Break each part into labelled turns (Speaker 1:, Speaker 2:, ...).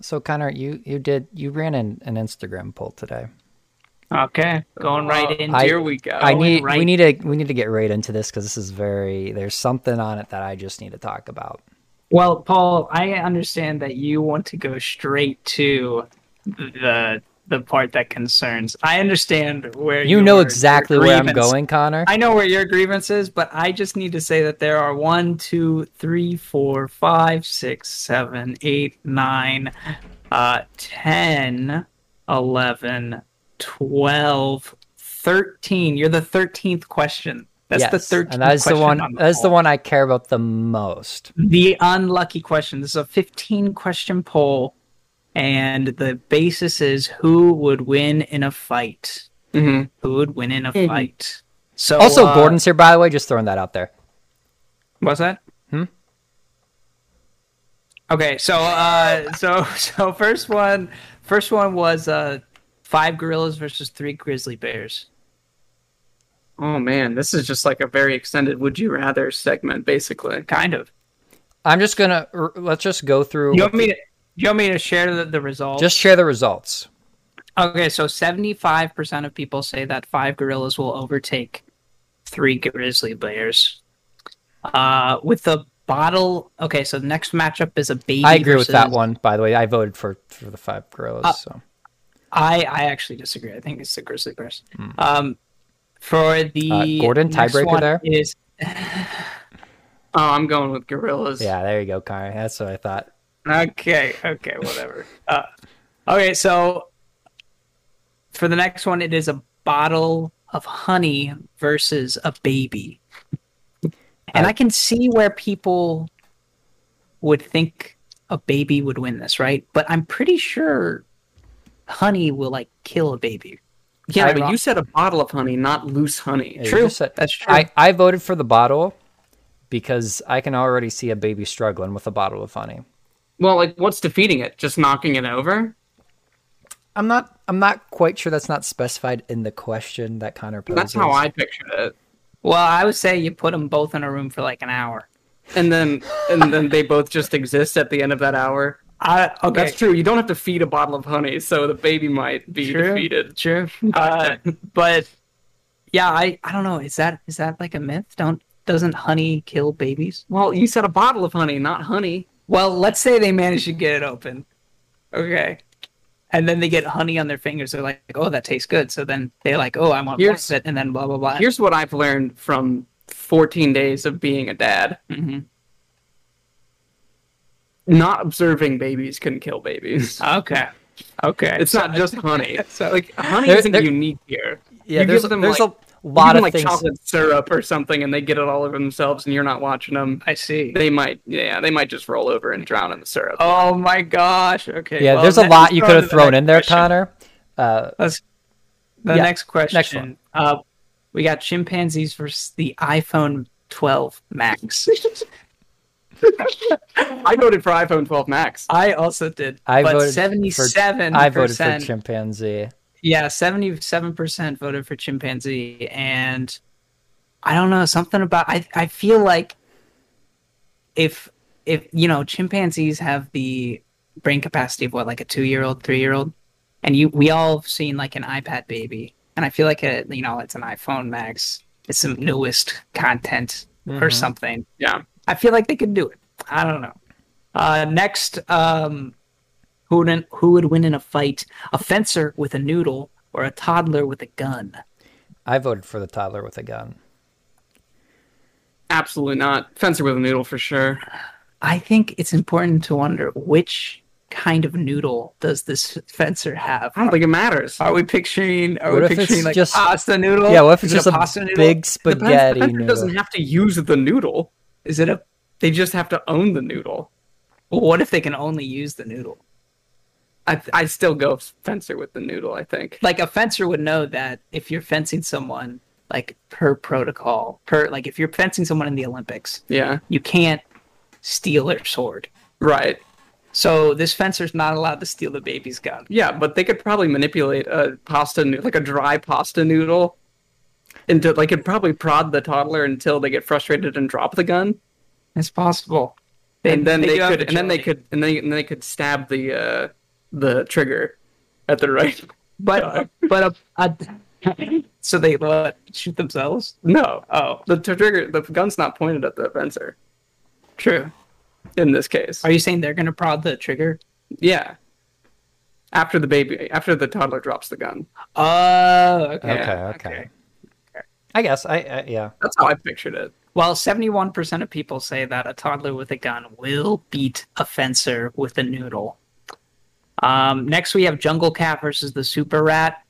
Speaker 1: so Connor, you you did you ran an, an Instagram poll today.
Speaker 2: Okay, going right in.
Speaker 1: Uh, I-
Speaker 2: Here we go.
Speaker 1: I need
Speaker 2: Oh, right
Speaker 1: we need to we need to get right into this because this is very there's something on it that I just need to talk about.
Speaker 2: Well, Paul, I understand that you want to go straight to the the part that concerns. I understand where
Speaker 1: You know
Speaker 2: your-
Speaker 1: exactly
Speaker 2: your
Speaker 1: where I'm
Speaker 2: grievance-
Speaker 1: going, Connor.
Speaker 2: I know where your grievance is, but I just need to say that there are one, two, three, four, five, six, seven, eight, nine, uh, 10, 11, 12, 13. You're the 13th question. That's the
Speaker 1: Yes,
Speaker 2: 13th
Speaker 1: and that's the
Speaker 2: question
Speaker 1: one.
Speaker 2: on
Speaker 1: that's the
Speaker 2: poll.
Speaker 1: one I care about the most.
Speaker 2: The unlucky question. This is a 15 question poll, and the basis is who would win in a fight?
Speaker 3: Mhm.
Speaker 2: Who would win in a fight? So
Speaker 1: Mm-hmm. Also,
Speaker 2: uh,
Speaker 1: Gordon's here, by the way. Just throwing that out there.
Speaker 2: What's that?
Speaker 1: Hmm?
Speaker 2: Okay, so uh, so so first one, first one was uh, five gorillas versus three grizzly bears.
Speaker 3: Oh man, this is just like a very extended "Would you rather" segment, basically.
Speaker 2: Kind of.
Speaker 1: I'm just gonna r- let's just go through.
Speaker 2: You want me to? You want me to share the, the results?
Speaker 1: Just share the results.
Speaker 2: Okay, so 75% of people say that five gorillas will overtake three grizzly bears. Uh, with the bottle. Okay, so the next matchup is a baby.
Speaker 1: I agree with that
Speaker 2: versus-
Speaker 1: one. By the way, I voted for for the five gorillas.
Speaker 2: Uh,
Speaker 1: so
Speaker 2: I, I actually disagree. I think it's the grizzly bears. Um, for the
Speaker 1: Uh, Gordon,
Speaker 2: next
Speaker 1: tiebreaker
Speaker 2: one
Speaker 1: there?
Speaker 2: is
Speaker 3: Oh, I'm going with gorillas.
Speaker 1: yeah, there you go, Connor. That's what I thought.
Speaker 2: Okay, okay, whatever. Uh, okay, so for the next one, it is a bottle of honey versus a baby. And I can see where people would think a baby would win this, right? But I'm pretty sure honey will like kill a baby.
Speaker 3: yeah.
Speaker 1: I-
Speaker 3: but you said a bottle of honey, not loose honey.
Speaker 1: Yeah, you
Speaker 2: True,
Speaker 1: just said-
Speaker 2: that's true.
Speaker 1: I I voted for the bottle because I can already see a baby struggling with a bottle of honey.
Speaker 3: Well, like, what's defeating it? Just knocking it over?
Speaker 1: I'm not. I'm not quite sure. That's not specified in the question that Connor poses.
Speaker 3: That's how I pictured it.
Speaker 2: Well, I would say you put them both in a room for like an hour.
Speaker 3: And then, and then they both just exist at the end of that hour.
Speaker 2: I, okay,
Speaker 3: That's true. You don't have to feed a bottle of honey, so the baby might be
Speaker 2: True.
Speaker 3: defeated.
Speaker 2: True. Uh, but yeah, I I don't know. Is that is that like a myth? Don't doesn't honey kill babies?
Speaker 3: Well, you said a bottle of honey, not honey.
Speaker 2: Well, let's say they manage to get it open. Okay. And then they get honey on their fingers. They're like, oh, that tastes good. So then they're like, oh, I want more
Speaker 3: Here's-
Speaker 2: of it. And then blah, blah, blah.
Speaker 3: Here's what I've learned from 14 days of being a dad:
Speaker 2: Mhm.
Speaker 3: not observing babies can kill babies.
Speaker 2: Okay. Okay.
Speaker 3: It's not just honey.
Speaker 2: so, like,
Speaker 3: Honey
Speaker 1: There-
Speaker 3: isn't
Speaker 1: there-
Speaker 3: unique here.
Speaker 1: Yeah,
Speaker 3: You
Speaker 1: there's
Speaker 3: give them,
Speaker 1: there's
Speaker 3: like-
Speaker 1: a lot
Speaker 3: Even,
Speaker 1: of
Speaker 3: like
Speaker 1: things.
Speaker 3: chocolate syrup or something, and they get it all over themselves, and you're not watching them.
Speaker 2: I see.
Speaker 3: They might, yeah, they might just roll over and drown in the syrup.
Speaker 2: Oh my gosh. Okay.
Speaker 1: Yeah,
Speaker 2: well,
Speaker 1: there's a
Speaker 2: let-
Speaker 1: lot you
Speaker 2: let's
Speaker 1: could
Speaker 2: go
Speaker 1: have
Speaker 2: to the
Speaker 1: thrown
Speaker 2: next
Speaker 1: in there,
Speaker 2: question.
Speaker 1: Connor. Uh,
Speaker 2: Let's, the
Speaker 1: Yeah,
Speaker 2: next question.
Speaker 1: next one.
Speaker 2: Uh, we got chimpanzees versus the iPhone 12 Max.
Speaker 3: I voted for iPhone 12 Max.
Speaker 2: I also did.
Speaker 1: I
Speaker 2: but
Speaker 1: voted for-
Speaker 2: 77
Speaker 1: I voted for chimpanzee.
Speaker 2: Yeah, 77% voted for chimpanzee. And I don't know, something about I I feel like if if you know, chimpanzees have the brain capacity of what, like a two year old, three year old. And you we all have seen like an iPad baby. And I feel like it you know, it's an iPhone Max. It's some newest content or
Speaker 1: Mhm.
Speaker 2: something.
Speaker 3: Yeah.
Speaker 2: I feel like they could do it. I don't know. Uh, next, um, who would who would win in a fight? A fencer with a noodle or a toddler with a gun?
Speaker 1: I voted for the toddler with a gun.
Speaker 3: Absolutely not. Fencer with a noodle for sure.
Speaker 2: I think it's important to wonder which kind of noodle does this fencer have?
Speaker 3: I don't think it matters.
Speaker 2: Are we picturing? Are
Speaker 1: What if
Speaker 2: we
Speaker 1: it's
Speaker 2: picturing like
Speaker 1: just-
Speaker 2: pasta noodle?
Speaker 1: Yeah, what if it's
Speaker 2: Is it
Speaker 1: just a,
Speaker 2: pasta noodle?
Speaker 1: big
Speaker 3: The pen-
Speaker 1: spaghetti
Speaker 3: the fencer
Speaker 1: noodle?
Speaker 3: doesn't have to use the noodle.
Speaker 2: Is it a?
Speaker 3: They just have to own the noodle.
Speaker 2: well, What if they can only use the noodle?
Speaker 3: I, I still go fencer with the noodle. I think.
Speaker 2: like a fencer would know that if you're fencing someone like per protocol per like if you're fencing someone in the olympics
Speaker 3: Yeah.
Speaker 2: you can't steal their sword
Speaker 3: Right.
Speaker 2: so this fencer's not allowed to steal the baby's gun
Speaker 3: Yeah, but they could probably manipulate a pasta, noo- like a dry pasta noodle, into like could probably prod the toddler until they get frustrated and drop the gun.
Speaker 2: it's possible They-
Speaker 3: and then
Speaker 2: they
Speaker 3: they,
Speaker 2: do have
Speaker 3: could, and then they
Speaker 2: agility.
Speaker 3: could, and then, and they could stab the uh, the trigger at the right.
Speaker 2: But but a, a so they what shoot themselves?
Speaker 3: No,
Speaker 2: Oh,
Speaker 3: the tr- trigger, the gun's not pointed at the fencer
Speaker 2: true.
Speaker 3: in this case.
Speaker 2: Are you saying they're gonna prod the trigger?
Speaker 3: Yeah. After the baby, after the toddler drops the gun.
Speaker 2: Oh, okay.
Speaker 1: Okay,
Speaker 3: Yeah,
Speaker 1: okay.
Speaker 2: okay.
Speaker 1: I guess I, I yeah.
Speaker 3: That's how I pictured it.
Speaker 2: Well, seventy-one percent of people say that a toddler with a gun will beat a fencer with a noodle. Um, next, we have Jungle Cat versus the Super Rat.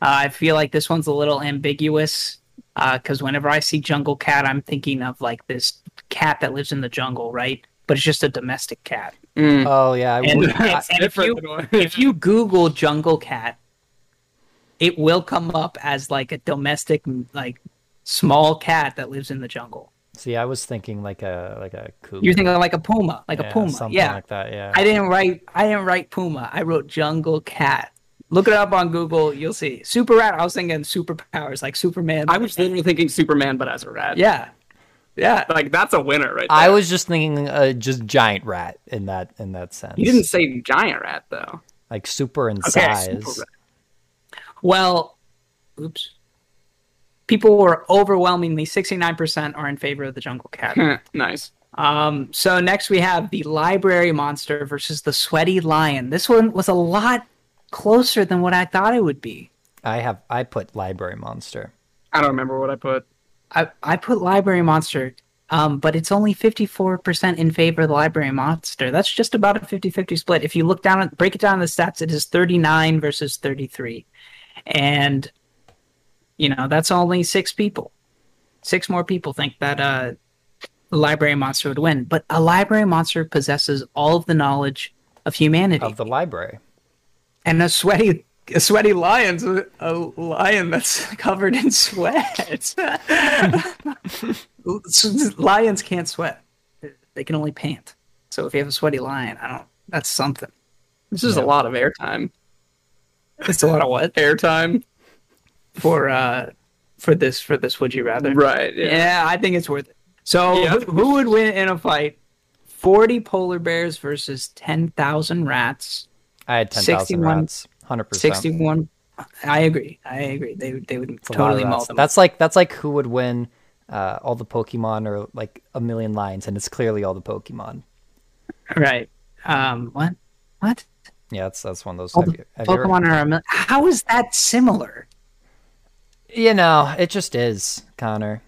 Speaker 2: Uh, I feel like this one's a little ambiguous because whenever I see Jungle Cat, I'm thinking of like this cat that lives in the jungle, right? But it's just a domestic cat.
Speaker 3: Uh,
Speaker 1: Oh yeah, I
Speaker 2: And-
Speaker 1: would. I-
Speaker 2: Mm. and if you if you Google jungle cat, it will come up as like a domestic, like small cat that lives in the jungle.
Speaker 1: see, I was thinking like a like a cougar.
Speaker 2: You're thinking like a puma, like
Speaker 1: yeah,
Speaker 2: a puma.
Speaker 1: something
Speaker 2: Yeah,
Speaker 1: like that. Yeah.
Speaker 2: I didn't write. I didn't write puma. I wrote jungle cat. Look it up on Google. You'll see. Super rat. I was thinking superpowers, like Superman.
Speaker 3: I was literally thinking Superman, but as a rat.
Speaker 2: yeah, yeah.
Speaker 3: Like, that's a winner right there.
Speaker 1: I was just thinking uh, just giant rat in that in that sense.
Speaker 3: You didn't say giant rat, though.
Speaker 1: like super in
Speaker 3: Okay,
Speaker 1: size.
Speaker 3: super rat.
Speaker 2: Well, oops. People were overwhelmingly 69% are in favor of the jungle cat.
Speaker 1: Hmm.
Speaker 3: Huh, nice.
Speaker 2: Um, so next we have the library monster versus the sweaty lion. This one was a lot closer than what I thought it would be.
Speaker 1: I have I put library monster.
Speaker 3: I don't remember what I put.
Speaker 2: I, I put library monster, um, but it's only 54% in favor of the library monster. That's just about a 50 50 split. If you look down, at, break it down in the stats, it is 39 versus 33. And, you know, that's only six people. Six more people think that uh, the library monster would win. But a library monster possesses all of the knowledge of humanity.
Speaker 1: of the library.
Speaker 2: and a sweaty a sweaty lion's a, a lion that's covered in sweat. Lions can't sweat; they can only pant. So if you have a sweaty lion, I don't. That's something.
Speaker 3: This is a lot of airtime.
Speaker 2: It's a lot of what
Speaker 3: Airtime?
Speaker 2: for uh for this for this. Would you rather?
Speaker 3: Right. Yeah.
Speaker 2: Yeah, I think it's worth it. So
Speaker 3: Yeah.
Speaker 2: who, who would win in a fight? Forty polar bears versus ten thousand rats.
Speaker 1: I had ten thousand
Speaker 2: 61
Speaker 1: rats. Hundred percent.
Speaker 2: Sixty-one. I agree. I agree. They they would
Speaker 1: It's a lot of
Speaker 2: totally maul
Speaker 1: rats.
Speaker 2: them.
Speaker 1: That's like that's like who would win uh, all the Pokemon or like a million lions, and it's clearly all the Pokemon.
Speaker 2: Right. Um. What? What?
Speaker 1: Yeah, that's that's one of those.
Speaker 2: All
Speaker 1: have
Speaker 2: the
Speaker 1: you, have you ever-
Speaker 2: Pokemon are a mil- How is that similar?
Speaker 1: you know, it just is, Connor.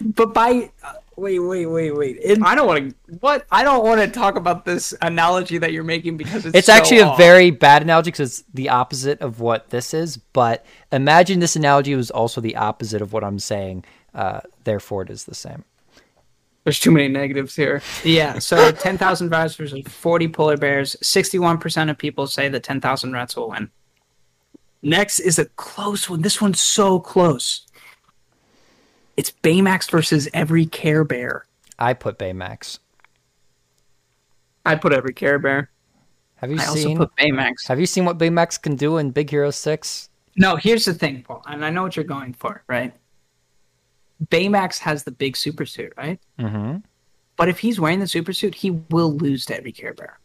Speaker 2: But by uh, wait, wait, wait, wait. It,
Speaker 3: I don't want to. What?
Speaker 2: I don't want to talk about this analogy that you're making because it's
Speaker 1: It's
Speaker 2: so
Speaker 1: actually a
Speaker 2: off.
Speaker 1: very bad analogy because it's the opposite of what this is. But imagine this analogy was also the opposite of what I'm saying. Uh, therefore, it is the same.
Speaker 3: There's too many negatives here.
Speaker 2: yeah. So ten thousand rats versus forty polar bears. Sixty-one percent of people say that ten thousand rats will win. Next is a close one. This one's so close. It's Baymax versus every Care Bear.
Speaker 1: I put Baymax.
Speaker 3: I put every Care Bear.
Speaker 1: Have you
Speaker 2: I also
Speaker 1: seen?
Speaker 2: put Baymax.
Speaker 1: Have you seen what Baymax can do in Big Hero Six?
Speaker 2: No, here's the thing, Paul, and I know what you're going for, right? Baymax has the big super suit, right?
Speaker 1: Mm-hmm.
Speaker 2: But if he's wearing the super suit, he will lose to every Care Bear.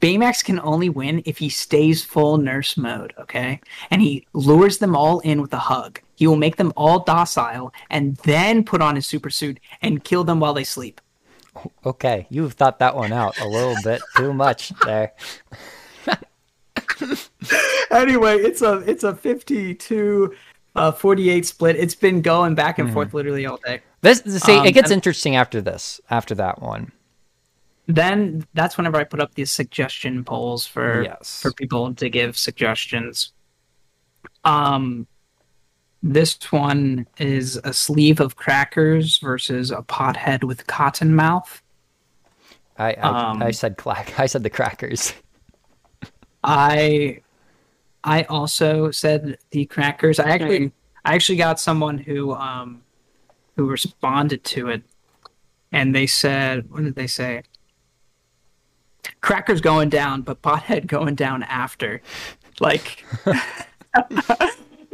Speaker 2: Baymax can only win if he stays full nurse mode, okay? And he lures them all in with a hug. He will make them all docile and then put on his super suit and kill them while they sleep.
Speaker 1: Okay, you've thought that one out a little bit too much there.
Speaker 2: anyway, it's a it's a 52 uh, 48 split. It's been going back and forth literally all day.
Speaker 1: This see,
Speaker 2: Um,
Speaker 1: it gets
Speaker 2: and-
Speaker 1: interesting after this, after that one.
Speaker 2: then that's whenever I put up these suggestion polls for
Speaker 1: Yes.
Speaker 2: for people to give suggestions. Um, this one is a sleeve of crackers versus a pothead with cotton mouth.
Speaker 1: I I,
Speaker 2: Um,
Speaker 1: I said clack. I said the crackers.
Speaker 2: I I also said the crackers. I actually
Speaker 3: Same.
Speaker 2: I actually got someone who um who responded to it and they said what did they say? Crackers going down, but pothead going down after. Like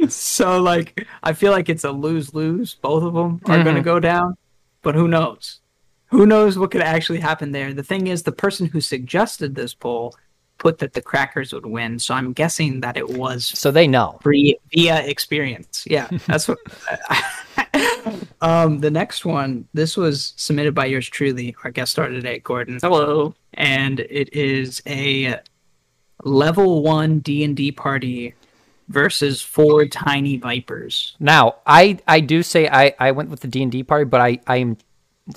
Speaker 2: so like I feel like it's a lose lose. Both of them are gonna go down, but who knows? who knows what could actually happen there. The thing is, the person who suggested this poll put that the crackers would win, so I'm guessing that it was
Speaker 1: So they know.
Speaker 2: free via experience. Yeah, that's what. um, the next one, this was submitted by yours truly, our guest star today, Gordon,
Speaker 3: Hello.
Speaker 2: and it is a level one D and D party versus four tiny vipers.
Speaker 1: Now, I I do say I I went with the D and D party, but I I am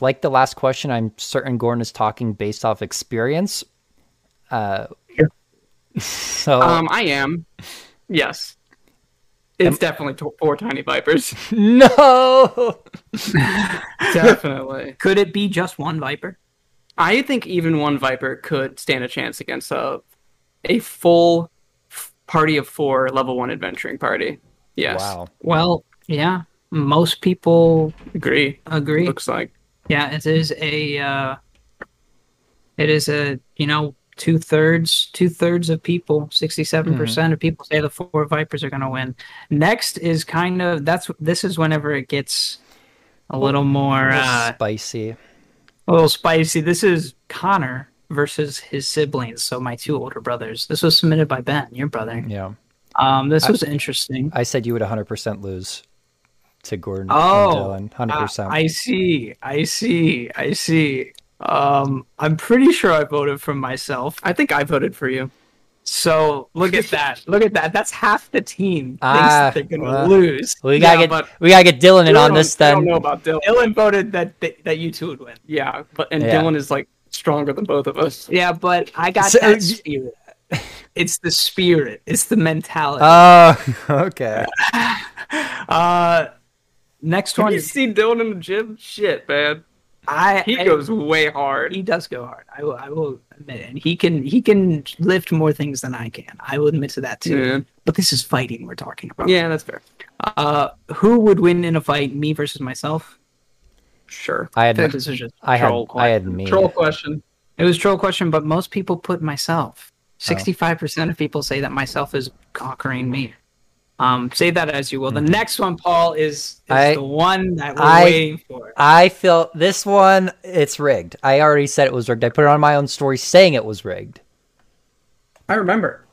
Speaker 1: like the last question. I'm certain Gordon is talking based off experience. Uh,
Speaker 2: Sure. Oh.
Speaker 1: so
Speaker 3: Um, I am. Yes. It's definitely t- four tiny vipers.
Speaker 1: no,
Speaker 3: definitely.
Speaker 2: Could it be just one viper?
Speaker 3: I think even one viper could stand a chance against a a full f- party of four level one adventuring party. Yes.
Speaker 1: wow,
Speaker 2: Well, yeah, most people
Speaker 3: Agree.
Speaker 2: agree.
Speaker 3: Looks like.
Speaker 2: Yeah, it is a. Uh, it is a you know two thirds two thirds of people sixty seven percent of people say the four vipers are going to win. Next is kind of that's this is whenever it gets a little more uh,
Speaker 1: spicy.
Speaker 2: a little spicy. This is Connor versus his siblings, so my two older brothers. This was submitted by Ben, your brother.
Speaker 1: Yeah,
Speaker 2: Um, this was interesting.
Speaker 1: I said you would 100 percent lose to Gordon.
Speaker 3: uh,
Speaker 2: Oh,
Speaker 1: and Dylan. 100
Speaker 2: Ah,
Speaker 1: percent.
Speaker 2: I see. I see. I see. Um, I'm pretty sure I voted for myself.
Speaker 3: I think I voted for you.
Speaker 2: So look at that. look at that. That's half the team thinks
Speaker 1: Ah,
Speaker 2: that they're gonna
Speaker 1: well.
Speaker 2: lose.
Speaker 1: We gotta
Speaker 3: Yeah,
Speaker 1: get
Speaker 3: but-
Speaker 1: we gotta get Dylan in
Speaker 3: Dylan,
Speaker 1: on this
Speaker 3: I don't
Speaker 1: then.
Speaker 3: know about Dylan.
Speaker 2: Dylan voted that that, that you two would win.
Speaker 3: Yeah, but and
Speaker 1: Yeah.
Speaker 3: Dylan is like stronger than both of us.
Speaker 2: Yeah, but I got
Speaker 1: So- uh,
Speaker 2: that spirit. It's the spirit. It's the mentality.
Speaker 1: Oh, okay.
Speaker 2: Uh, next
Speaker 3: Have
Speaker 2: one.
Speaker 3: you
Speaker 2: is-
Speaker 3: seen Dylan in the gym? Shit, man.
Speaker 2: I
Speaker 3: He
Speaker 2: I-
Speaker 3: goes way hard.
Speaker 2: He does go hard. I will. I will admit it. And he can. He can lift more things than I can. I will admit to that too.
Speaker 3: Yeah.
Speaker 2: But this is fighting we're talking about.
Speaker 3: Yeah, that's fair.
Speaker 2: Uh, who would win in a fight, me versus myself?
Speaker 3: Sure.
Speaker 1: I had
Speaker 2: This is just
Speaker 1: I had
Speaker 2: troll
Speaker 1: I
Speaker 2: question.
Speaker 1: had me.
Speaker 3: Troll question.
Speaker 2: It was troll question, but most people put myself.
Speaker 1: Oh.
Speaker 2: Sixty-five percent of people say that myself is conquering me. Um, say that as you will. The next one, Paul, is, is
Speaker 1: Mm-hmm. I-
Speaker 2: the one that we're
Speaker 1: I-
Speaker 2: waiting for.
Speaker 1: I feel this one, it's rigged. I already said it was rigged. I put it on my own story saying it was rigged.
Speaker 3: I remember.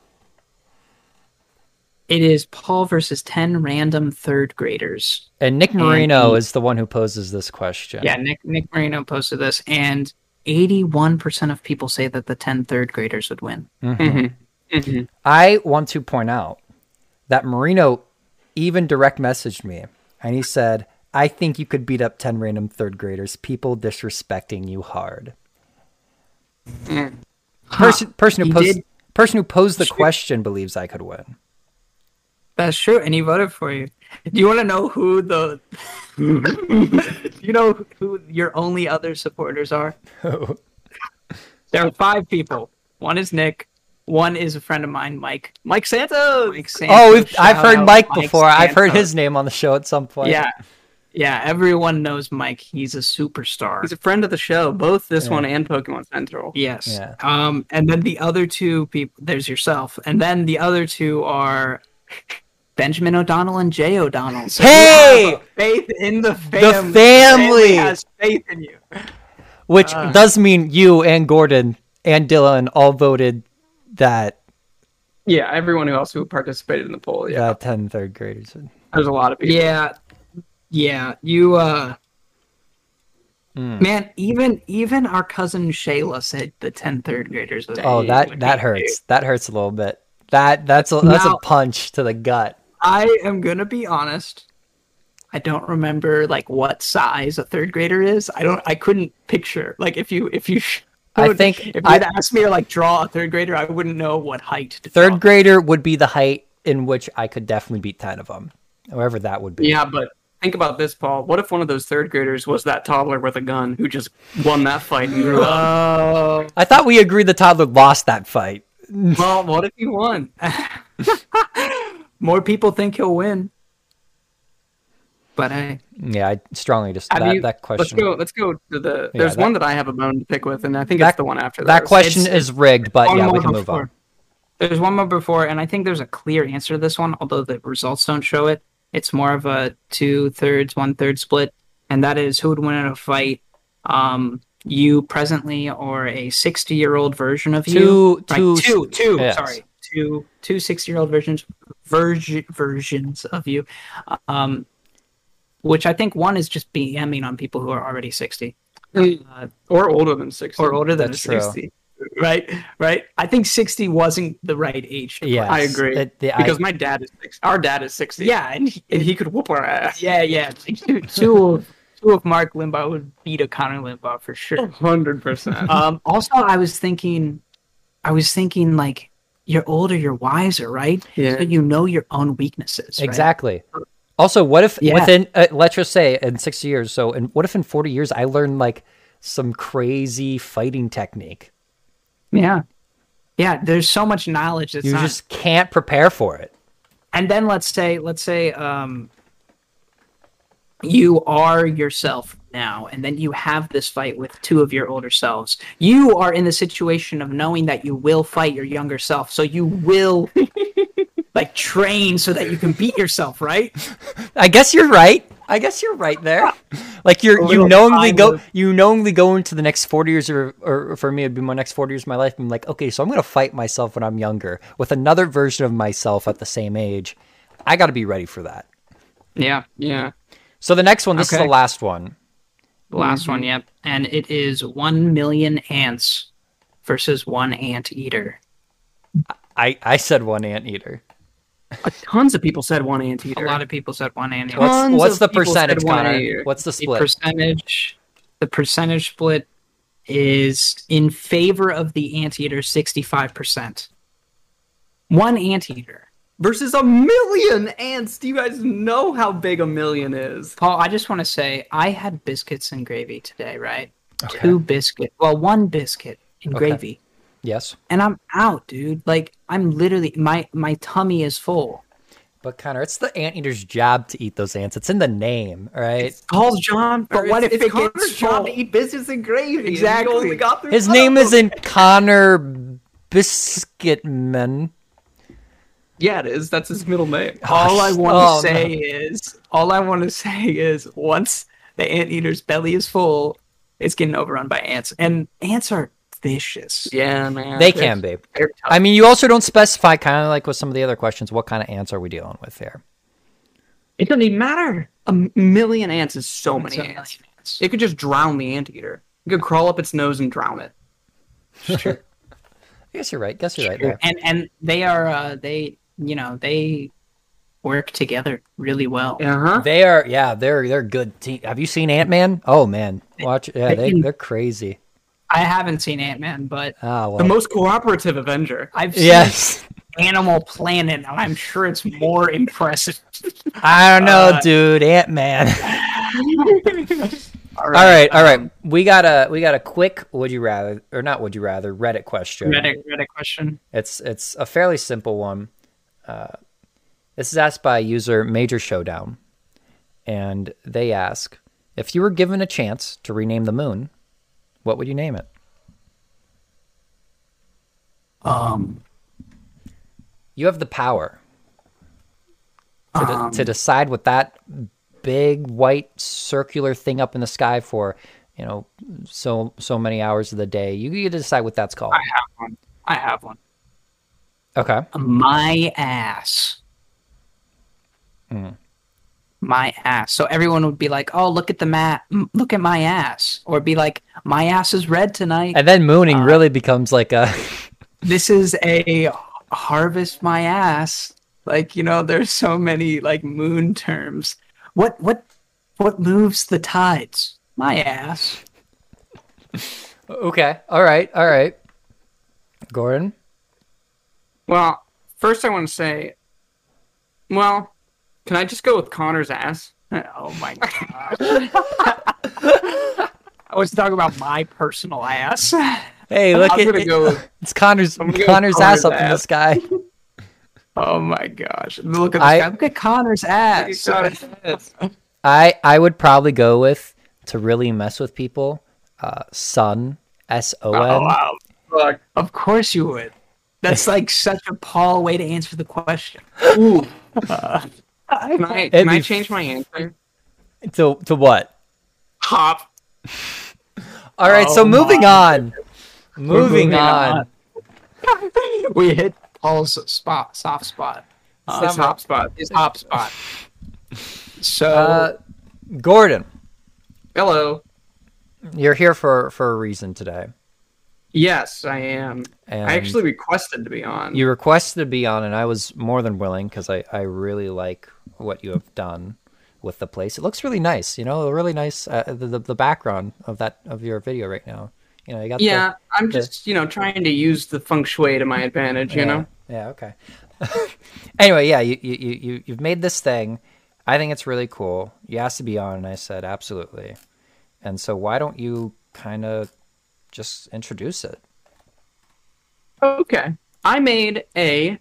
Speaker 2: It is Paul versus ten random third graders.
Speaker 1: And Nick Marino
Speaker 2: he-
Speaker 1: is the one who poses this question.
Speaker 2: Mm-hmm. Yeah, Nick Nick Marino posted this, and eighty-one percent of people say that the 10 third graders would win.
Speaker 1: Mm-hmm.
Speaker 3: Mm-hmm.
Speaker 1: I want to point out that Marino even direct messaged me and he said, I think you could beat up 10 random third graders, people disrespecting you hard. Person, person, who
Speaker 2: He
Speaker 1: posed,
Speaker 2: did-
Speaker 1: person who posed the question believes I could win.
Speaker 2: That's true, and he voted for you. Do you want to know who the? Do you know who your only other supporters are? There are five people. One is Nick. One is a friend of mine, Mike.
Speaker 3: Mike Santos.
Speaker 2: Mike Santos.
Speaker 1: Oh, we've, I've
Speaker 2: Shout
Speaker 1: heard
Speaker 2: out
Speaker 1: Mike before. I've heard
Speaker 2: Santos.
Speaker 1: his name on the show at some point.
Speaker 2: Yeah, yeah. Everyone knows Mike. He's a superstar.
Speaker 3: He's a friend of the show, both this one and Pokemon Central.
Speaker 2: yes.
Speaker 1: Yeah.
Speaker 2: Um, and then the other two people. There's yourself, and then the other two are. Benjamin O'Donnell and Jay O'Donnell. So you
Speaker 1: Hey!
Speaker 2: have a faith in the family.
Speaker 1: family.
Speaker 2: has faith in you.
Speaker 1: Which
Speaker 3: Ah.
Speaker 1: does mean you and Gordon and Dylan all voted that
Speaker 3: Yeah, everyone who else who participated in the poll. Yeah,
Speaker 1: uh, 10 third graders.
Speaker 3: there's a lot of people.
Speaker 2: Yeah. Yeah. You uh
Speaker 3: Hmm.
Speaker 2: man, even even our cousin Shayla said the 10 third graders would
Speaker 1: Oh,
Speaker 2: be- would
Speaker 1: that that
Speaker 2: be-
Speaker 1: hurts. That hurts a little bit. That that's a that's
Speaker 2: Now-
Speaker 1: a punch to the gut.
Speaker 2: I am gonna be honest. I don't remember like what size a third grader is. I don't I couldn't picture. Like if you if you
Speaker 1: I
Speaker 2: showed-
Speaker 1: think
Speaker 2: if you'd
Speaker 1: I-
Speaker 2: asked me to like draw a third grader, I wouldn't know what height to
Speaker 1: Third
Speaker 2: draw.
Speaker 1: grader would be the height in which I could definitely beat ten of them, however that would be.
Speaker 3: Yeah, but think about this, Paul. What if one of those third graders was that toddler with a gun who just won that fight and grew up?
Speaker 2: Oh,
Speaker 1: I thought we agreed the toddler lost that fight.
Speaker 3: Well, what if he won?
Speaker 2: more people think he'll win. But I
Speaker 1: Yeah, I strongly just
Speaker 3: Have
Speaker 1: that,
Speaker 3: you-
Speaker 1: that
Speaker 3: Let's
Speaker 1: question.
Speaker 3: go. Let's go to the.
Speaker 1: Yeah,
Speaker 3: there's
Speaker 1: that-
Speaker 3: one that I have a bone to pick with, and I think it's the one after
Speaker 1: That
Speaker 3: those.
Speaker 1: question
Speaker 2: It's-
Speaker 1: is rigged, but
Speaker 2: one
Speaker 1: yeah, we
Speaker 2: more
Speaker 1: can move
Speaker 2: before.
Speaker 1: on.
Speaker 2: There's one more before, and I think there's a clear answer to this one, although the results don't show it. It's more of a two thirds, one third split, and that is who would win in a fight, um, you presently are a 60 year old version of you.
Speaker 1: Two,
Speaker 2: Right,
Speaker 1: two,
Speaker 2: two, two,
Speaker 1: yes.
Speaker 2: sorry, two, two 60 year old versions, version, versions of you. Um, which I think one is just BMing on people who are already 60 uh,
Speaker 3: or older than six
Speaker 2: or older than
Speaker 1: That's true.
Speaker 2: 60. Right, right. I think 60 wasn't the right age. to play.
Speaker 1: Yes,
Speaker 3: I agree.
Speaker 1: It- the- I-
Speaker 3: because my dad is six. Our dad is sixty.
Speaker 2: Yeah. And, he-
Speaker 3: and he could whoop our ass.
Speaker 2: yeah, yeah. Two, two, of, two of Mark Limbaugh would beat a Connor Limbaugh for sure.
Speaker 3: Hundred percent.
Speaker 2: um also i was thinking i was thinking like you're older you're wiser right
Speaker 3: Yeah.
Speaker 2: so you know your own weaknesses right?
Speaker 1: exactly. Also, what if
Speaker 2: Yeah.
Speaker 1: within, uh, let's just say in 60 years, so, and what if in 40 years I learned like some crazy fighting technique?
Speaker 2: yeah yeah there's so much knowledge that's
Speaker 1: You
Speaker 2: not
Speaker 1: just can't prepare for it.
Speaker 2: and then let's say let's say um you are yourself now and then you have this fight with two of your older selves you are in the situation of knowing that you will fight your younger self so you will like train so that you can beat yourself right
Speaker 1: I guess you're right. I guess you're right there. Like you're you
Speaker 2: little
Speaker 1: knowingly
Speaker 2: time
Speaker 1: go
Speaker 2: loop.
Speaker 1: you knowingly go into the next forty years or or for me it'd be my next forty years of my life. I'm like, okay, so I'm gonna fight myself when I'm younger with another version of myself at the same age. I gotta be ready for that.
Speaker 3: yeah. Yeah.
Speaker 1: So the next one, this is
Speaker 3: Okay.
Speaker 1: the last one.
Speaker 2: The last one, yep. And it is 1 million ants versus one ant eater.
Speaker 1: I, I said one anteater.
Speaker 3: Tons of people said one
Speaker 2: A
Speaker 3: anteater.
Speaker 2: lot of people said one ant eater.
Speaker 1: What's
Speaker 3: Tons
Speaker 1: what's
Speaker 3: of
Speaker 1: the
Speaker 3: people said
Speaker 1: percentage,
Speaker 3: one
Speaker 1: Connor?
Speaker 3: anteater.
Speaker 1: What's the
Speaker 2: The
Speaker 1: split?
Speaker 2: percentage the percentage split is in favor of the anteater 65%. One anteater.
Speaker 3: versus a million ants. Do you guys know how big a million is?
Speaker 2: Paul, I just want to say I had biscuits and gravy today, right? Two biscuit. Well, one biscuit and
Speaker 1: Okay.
Speaker 2: gravy.
Speaker 1: yes.
Speaker 2: And I'm out, dude. Like I'm literally my my tummy is full.
Speaker 1: But Connor, it's the anteater's job to eat those ants. It's in the name, right?
Speaker 3: Calls John,
Speaker 2: But what if it gets full?
Speaker 3: eat biscuits and gravy? and you
Speaker 2: Exactly.
Speaker 3: only got through
Speaker 1: His
Speaker 3: one
Speaker 1: name
Speaker 3: of them?
Speaker 1: isn't Connor Biscuitman.
Speaker 3: Yeah, it is. That's his middle name.
Speaker 2: all I
Speaker 1: Gosh.
Speaker 2: want to
Speaker 1: Oh,
Speaker 2: say is, all I want to say is, once the anteater's belly is full, it's getting overrun by ants, and ants are vicious.
Speaker 3: Yeah, man.
Speaker 1: They can be.
Speaker 3: They're tough.
Speaker 1: I mean, you also don't specify, kind of like with some of the other questions, what kind of ants are we dealing with here?
Speaker 3: It doesn't even matter. A m- million ants is so many
Speaker 2: So many
Speaker 3: ants.
Speaker 2: ants.
Speaker 3: It could just drown the anteater. It could crawl up its nose and drown it.
Speaker 1: I guess you're right. guess you're right there.
Speaker 2: And and they are uh, they you know they work together really well.
Speaker 3: Uh huh.
Speaker 1: They are, yeah, they're they're good. Te- Have you seen Ant Man? Oh man, watch, yeah, they they're crazy.
Speaker 2: I haven't seen Ant Man, but
Speaker 1: Ah,
Speaker 3: The
Speaker 1: well,
Speaker 3: most cooperative Avenger.
Speaker 2: I've seen
Speaker 1: yes.
Speaker 2: Animal Planet, and I'm sure it's more impressive.
Speaker 1: I don't know,
Speaker 2: Uh,
Speaker 1: dude. Ant Man.
Speaker 2: All
Speaker 1: all right, all right. We got a we got a quick would you rather or not would you rather Reddit question.
Speaker 2: Reddit, Reddit question.
Speaker 1: It's it's a fairly simple one. Uh, this is asked by user Major Showdown, and they ask if you were given a chance to rename the moon, what would you name it?
Speaker 2: Um,
Speaker 1: You have the power to, de-
Speaker 2: Um.
Speaker 1: to decide what that big white circular thing up in the sky for. You know, so so many hours of the day. You get to decide what that's called.
Speaker 2: I have one. I have one.
Speaker 1: Okay.
Speaker 2: my ass.
Speaker 1: Mm.
Speaker 2: My ass. So everyone would be like, "Oh, look at the mat. Look at my ass," or be like, "My ass is red tonight.
Speaker 1: And then mooning really becomes like a
Speaker 2: This is a harvest my ass." Like you know, there's so many like moon terms. What what what moves the tides? My ass.
Speaker 1: okay. All right. All right. Gordon.
Speaker 3: Well, first I want to say, well, can I just go with Connor's ass?
Speaker 2: Oh my god. I was talking about my personal ass.
Speaker 1: Hey, look
Speaker 3: I'm
Speaker 1: at
Speaker 3: gonna go. with-
Speaker 1: It's Connor's
Speaker 3: I'm gonna go
Speaker 1: Connor's,
Speaker 3: with
Speaker 1: ass
Speaker 3: Connor's
Speaker 1: up in the
Speaker 3: ass.
Speaker 1: sky.
Speaker 3: Oh my gosh! Look at this
Speaker 1: I-
Speaker 3: guy.
Speaker 2: Look at Connor's ass.
Speaker 3: Look at Connor's ass.
Speaker 1: I I would probably go with to really mess with people. Uh, sun S O
Speaker 3: Oh,
Speaker 1: N.
Speaker 3: wow. Fuck.
Speaker 2: Of course you would. That's like such a Paul way to answer the question.
Speaker 3: Ooh. Can
Speaker 2: I,
Speaker 3: I, can I
Speaker 1: be-
Speaker 3: change my answer?
Speaker 1: To to what?
Speaker 3: Hop.
Speaker 1: All right, so
Speaker 2: Oh
Speaker 1: moving
Speaker 2: my.
Speaker 1: on.
Speaker 2: We're
Speaker 1: Moving, on.
Speaker 2: we hit Paul's spot, soft spot.
Speaker 3: Uh,
Speaker 1: It's
Speaker 3: it's
Speaker 1: not-
Speaker 3: hop spot.
Speaker 2: His hop spot. So
Speaker 1: Uh, Gordon,
Speaker 3: Hello.
Speaker 1: you're here for for a reason today.
Speaker 3: Yes, I am.
Speaker 1: And
Speaker 3: I actually requested to be on.
Speaker 1: you requested to be on, and I was more than willing because I I really like what you have done with the place. It looks really nice. You know, a really nice uh, the, the the background of that of your video right now. You know, you got the-
Speaker 3: yeah, I'm
Speaker 1: the-
Speaker 3: just you know trying to use the feng shui to my advantage. You
Speaker 1: yeah.
Speaker 3: know.
Speaker 1: Yeah. Okay. anyway, yeah, you you you- you you've made this thing. I think it's really cool. You asked to be on, and I said absolutely. And so, why don't you kind of just introduce it?
Speaker 3: Okay. I made a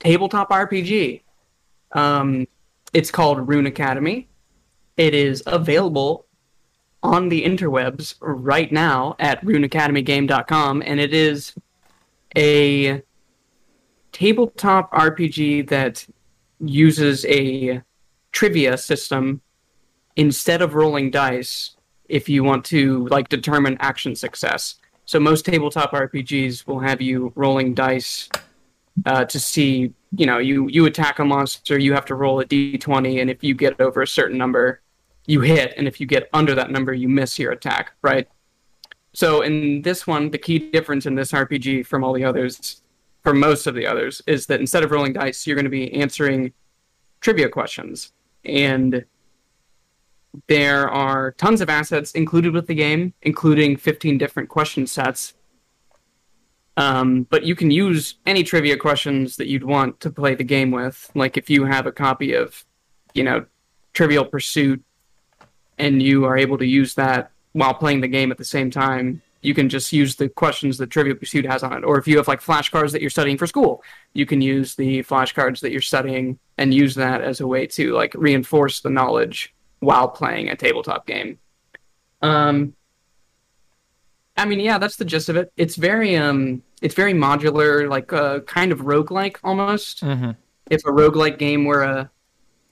Speaker 3: tabletop RPG. Um, it's called Rune Academy. It is available on the interwebs right now at runeacademygame.com, and it is a tabletop RPG that uses a trivia system instead of rolling dice if you want to like determine action success. So most tabletop RPGs will have you rolling dice uh, to see, you know, you you attack a monster, you have to roll a d20, and if you get over a certain number, you hit, and if you get under that number, you miss your attack, right? So in this one, the key difference in this RPG from all the others, from most of the others, is that instead of rolling dice, you're going to be answering trivia questions, and there are tons of assets included with the game, including 15 different question sets. Um, but you can use any trivia questions that you'd want to play the game with. Like if you have a copy of, you know, Trivial Pursuit and you are able to use that while playing the game at the same time, you can just use the questions that Trivial Pursuit has on it. Or if you have like flashcards that you're studying for school, you can use the flashcards that you're studying and use that as a way to like reinforce the knowledge while playing a tabletop game. Um, I mean, yeah, that's the gist of it. It's very um, it's very modular, like uh, kind of roguelike almost.
Speaker 1: Mm-hmm.
Speaker 3: If a roguelike game were a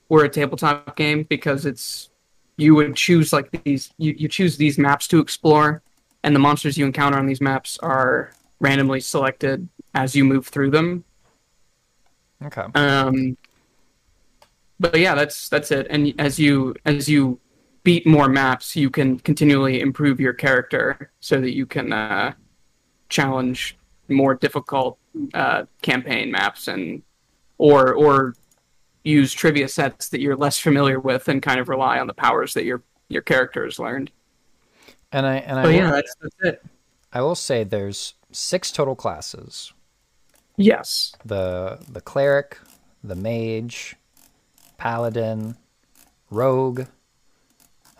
Speaker 3: were a tabletop game because it's you would choose like these you, you choose these maps to explore and the monsters you encounter on these maps are randomly selected as you move through them
Speaker 1: Okay.
Speaker 3: um, but yeah, that's that's it. And as you as you beat more maps, you can continually improve your character so that you can uh, challenge more difficult uh, campaign maps and or or use trivia sets that you're less familiar with and kind of rely on the powers that your your character has learned.
Speaker 1: And I and I
Speaker 3: But Oh, yeah,
Speaker 1: will,
Speaker 3: that's, that's it.
Speaker 1: I will say there's six total classes:
Speaker 3: Yes.
Speaker 1: the the cleric, the mage, paladin, rogue.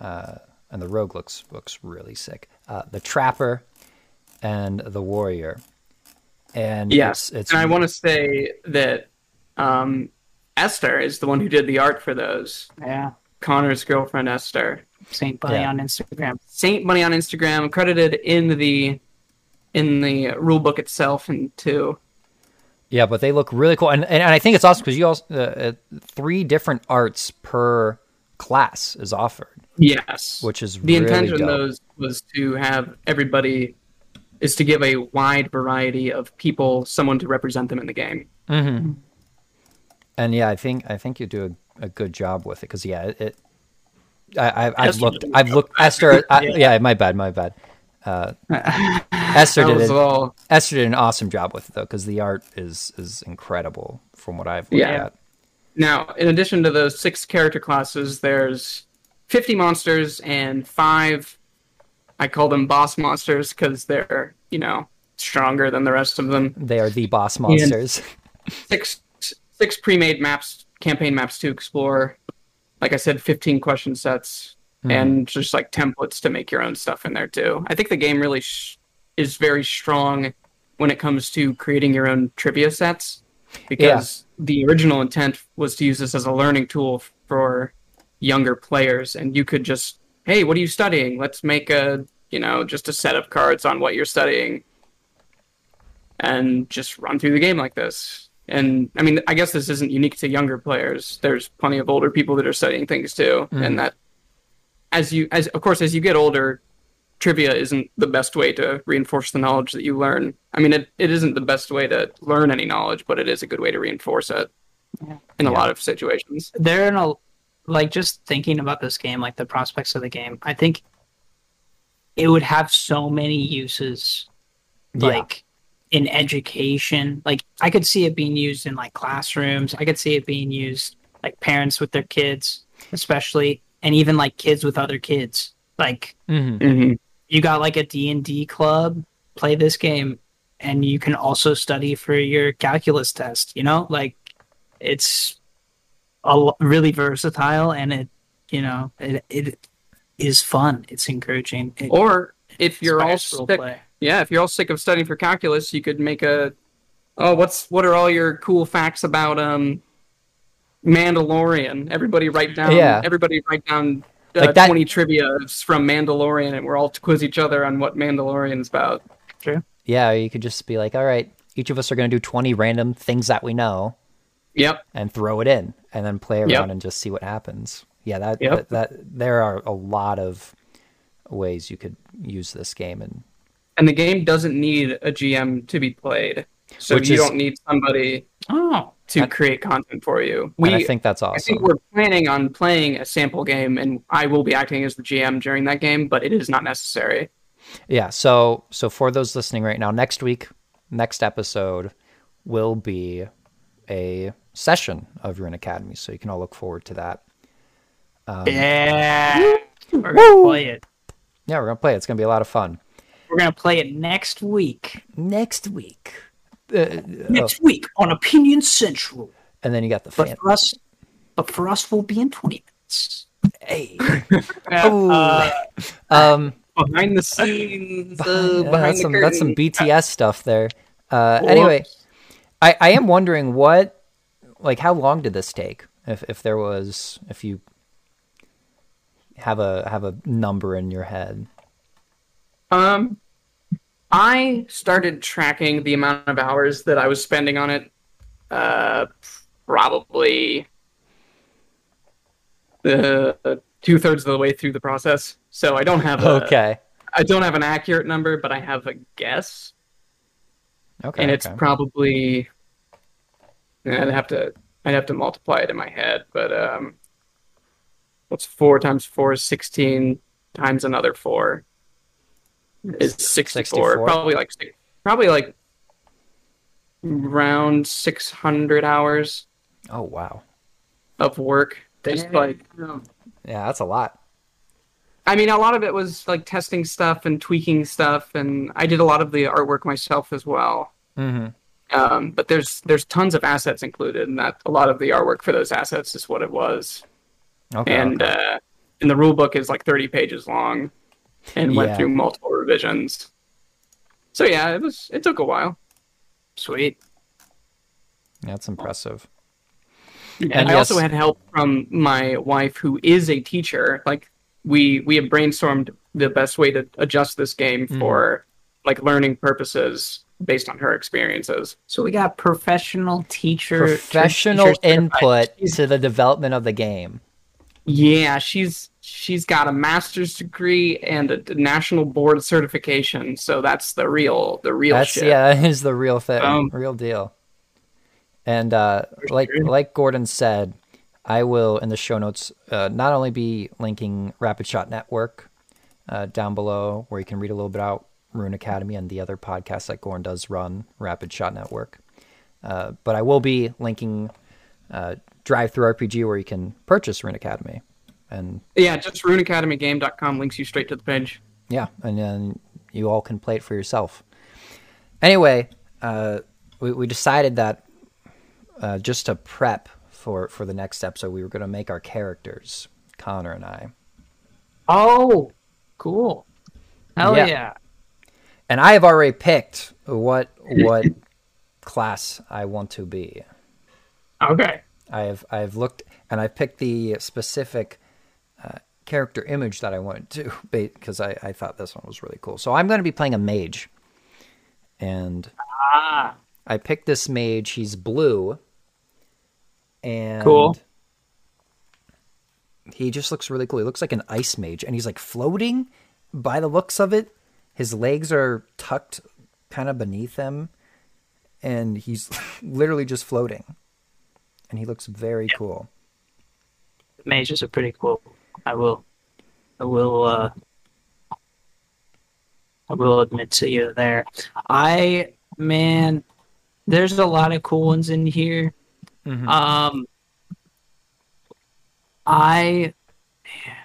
Speaker 1: Uh, and the rogue looks looks really sick. Uh, the trapper, and the warrior. And
Speaker 3: Yes,
Speaker 1: it's, it's
Speaker 3: and I want to say that um, Esther is the one who did the art for those.
Speaker 2: yeah,
Speaker 3: Connor's girlfriend Esther.
Speaker 2: Saint Bunny
Speaker 1: Yeah.
Speaker 2: on Instagram.
Speaker 3: Saint Bunny on Instagram, credited in the in the rulebook itself and too.
Speaker 1: Yeah, but they look really cool, and and, and I think it's awesome because you also uh, uh, three different arts per class is offered,
Speaker 3: Yes.
Speaker 1: which is
Speaker 3: the
Speaker 1: really
Speaker 3: intention
Speaker 1: dope.
Speaker 3: of those was to have everybody is to give a wide variety of people someone to represent them in the game.
Speaker 1: hmm And yeah, I think I think you do a, a good job with it because yeah, it. it I, I, I've
Speaker 3: Esther
Speaker 1: looked.
Speaker 3: did a
Speaker 1: I've
Speaker 3: good
Speaker 1: looked. Esther. I, yeah, my bad. My bad. Uh, Esther
Speaker 3: That
Speaker 1: did.
Speaker 3: was
Speaker 1: It,
Speaker 3: all
Speaker 1: Esther did an awesome job with it though, because the art is is incredible from what I've looked
Speaker 3: Yeah.
Speaker 1: at.
Speaker 3: Now, in addition to those six character classes, there's 50 monsters and five, I call them boss monsters because they're, you know, stronger than the rest of them.
Speaker 1: They are the boss monsters.
Speaker 3: Six, six pre made maps, campaign maps to explore. Like I said, 15 question sets
Speaker 1: Mhm.
Speaker 3: and just like templates to make your own stuff in there too. I think the game really sh- is very strong when it comes to creating your own trivia sets because the original intent was to use this as a learning tool f- for younger players and you could just hey what are you studying let's make a you know just a set of cards on what you're studying and just run through the game like this and i mean i guess this isn't unique to younger players there's plenty of older people that are studying things too
Speaker 1: Mhm.
Speaker 3: and that as you as of course as you get older trivia isn't the best way to reinforce the knowledge that you learn. I mean, it, it isn't the best way to learn any knowledge, but it is a good way to reinforce it
Speaker 2: Yeah.
Speaker 3: in a
Speaker 1: Yeah.
Speaker 3: lot of situations.
Speaker 2: they're in a like just thinking about this game like the prospects of the game i think it would have so many uses
Speaker 1: Yeah.
Speaker 2: like in education like i could see it being used in like classrooms i could see it being used like parents with their kids especially and even like kids with other kids like
Speaker 1: Mm-hmm.
Speaker 3: Mm-hmm.
Speaker 2: you got like a d&d club play this game and you can also study for your calculus test you know like it's a lo- really versatile and it you know it, it is fun it's encouraging It
Speaker 3: Or if you're all
Speaker 2: inspires
Speaker 3: sick,
Speaker 2: roleplay.
Speaker 3: yeah, if you're all sick of studying for calculus, you could make a oh, what's what are all your cool facts about um Mandalorian? Everybody write down.
Speaker 1: Yeah.
Speaker 3: Everybody write down. Uh,
Speaker 1: Like that-
Speaker 3: 20 trivias from Mandalorian, and we're all to quiz each other on what Mandalorian's about.
Speaker 1: Yeah, or you could just be like, all right, each of us are going to do 20 random things that we know
Speaker 3: Yep.
Speaker 1: and throw it in and then play around
Speaker 3: Yep.
Speaker 1: and just see what happens. Yeah, that,
Speaker 3: Yep.
Speaker 1: that that there are a lot of ways you could use this game and
Speaker 3: And the game doesn't need a GM to be played. So
Speaker 1: Which
Speaker 3: you
Speaker 1: is-
Speaker 3: don't need somebody
Speaker 2: oh
Speaker 3: to
Speaker 1: And-
Speaker 3: create content for you.
Speaker 1: and
Speaker 3: We
Speaker 1: I think that's awesome.
Speaker 3: I think we're planning on playing a sample game, and I will be acting as the GM during that game, but it is not necessary.
Speaker 1: Yeah. So so for those listening right now, next week, next episode will be a session of Rune Academy, so you can all look forward to that.
Speaker 2: Um, yeah we're gonna play it
Speaker 1: Yeah, we're gonna play. it. It's gonna be a lot of fun.
Speaker 2: we're gonna play it next week
Speaker 1: Next week, uh, oh,
Speaker 2: next week on opinion central
Speaker 1: and then you got the
Speaker 2: but
Speaker 1: fan.
Speaker 2: for us but for us we'll be in 20 minutes
Speaker 1: Hey.
Speaker 2: Uh,
Speaker 1: um,
Speaker 3: Behind the scenes,
Speaker 1: yeah,
Speaker 3: uh, behind
Speaker 1: that's
Speaker 3: the
Speaker 1: some
Speaker 3: curtain.
Speaker 1: that's some BTS stuff there. Uh, anyway, I I am wondering what like how long did this take? If if there was if you have a have a number in your head.
Speaker 3: Um, I started tracking the amount of hours that I was spending on it. Uh, probably the two thirds of the way through the process. So I don't have a,
Speaker 1: Okay.
Speaker 3: I don't have an accurate number, but I have a guess.
Speaker 1: Okay.
Speaker 3: and it's
Speaker 1: okay.
Speaker 3: probably I'd have to I'd have to multiply it in my head, but um, what's four times four is sixteen times another four is sixty
Speaker 1: 64?
Speaker 3: four. Probably like six- probably like round six hundred hours
Speaker 1: oh wow.
Speaker 3: of work. Just
Speaker 2: Damn.
Speaker 3: like
Speaker 1: Yeah, that's a lot.
Speaker 3: I mean, a lot of it was like testing stuff and tweaking stuff, and I did a lot of the artwork myself as well.
Speaker 1: Mm-hmm.
Speaker 3: Um, but there's there's tons of assets included, and that a lot of the artwork for those assets is what it was.
Speaker 1: Okay.
Speaker 3: and
Speaker 1: okay.
Speaker 3: uh, and the rule book is like 30 pages long, and went
Speaker 1: Yeah.
Speaker 3: through multiple revisions. So yeah, it was it took a while.
Speaker 2: sweet
Speaker 1: that's impressive.
Speaker 3: And,
Speaker 1: And
Speaker 3: I also
Speaker 1: yes-
Speaker 3: had help from my wife, who is a teacher. Like we we have brainstormed the best way to adjust this game
Speaker 1: Mhm.
Speaker 3: for like learning purposes based on her experiences.
Speaker 2: So we got professional teacher,
Speaker 1: Professional
Speaker 2: teacher certified.
Speaker 1: input
Speaker 3: She's-
Speaker 1: to the development of the game.
Speaker 3: Yeah, she's she's got a master's degree and a d- national board certification, so that's the real the real
Speaker 1: That's
Speaker 3: shit.
Speaker 1: yeah, that is the real thing,
Speaker 3: Um,
Speaker 1: real deal. And uh, like
Speaker 3: sure.
Speaker 1: like Gordon said, I will in the show notes uh, not only be linking Rapid Shot Network uh, down below, where you can read a little bit about Rune Academy and the other podcasts that Gordon does run, Rapid Shot Network. Uh, but I will be linking uh, Drive Through RPG, where you can purchase Rune Academy, and
Speaker 3: Yeah, just runeacademygame.com links you straight to the page.
Speaker 1: yeah, and then you all can play it for yourself. Anyway, uh, we, we decided that uh, just to prep for, for the next episode, we were going to make our characters, Connor and I.
Speaker 2: Oh, cool. Hell
Speaker 1: Yeah.
Speaker 2: yeah.
Speaker 1: And I have already picked what what class I want to be.
Speaker 2: Okay.
Speaker 1: I have I have looked and I picked the specific uh, character image that I wanted to because I, I thought this one was really cool. So I'm going to be playing a mage, and
Speaker 2: Ah,
Speaker 1: I picked this mage. He's blue. And
Speaker 3: Cool.
Speaker 1: He just looks really cool. He looks like an ice mage and he's like floating by the looks of it, his legs are tucked kind of beneath him, and he's literally just floating. And he looks very cool.
Speaker 2: Mages are pretty cool. I will, I will, uh, I will admit to you there. I man, there's a lot of cool ones in here.
Speaker 1: Mhm.
Speaker 2: Um, I, man,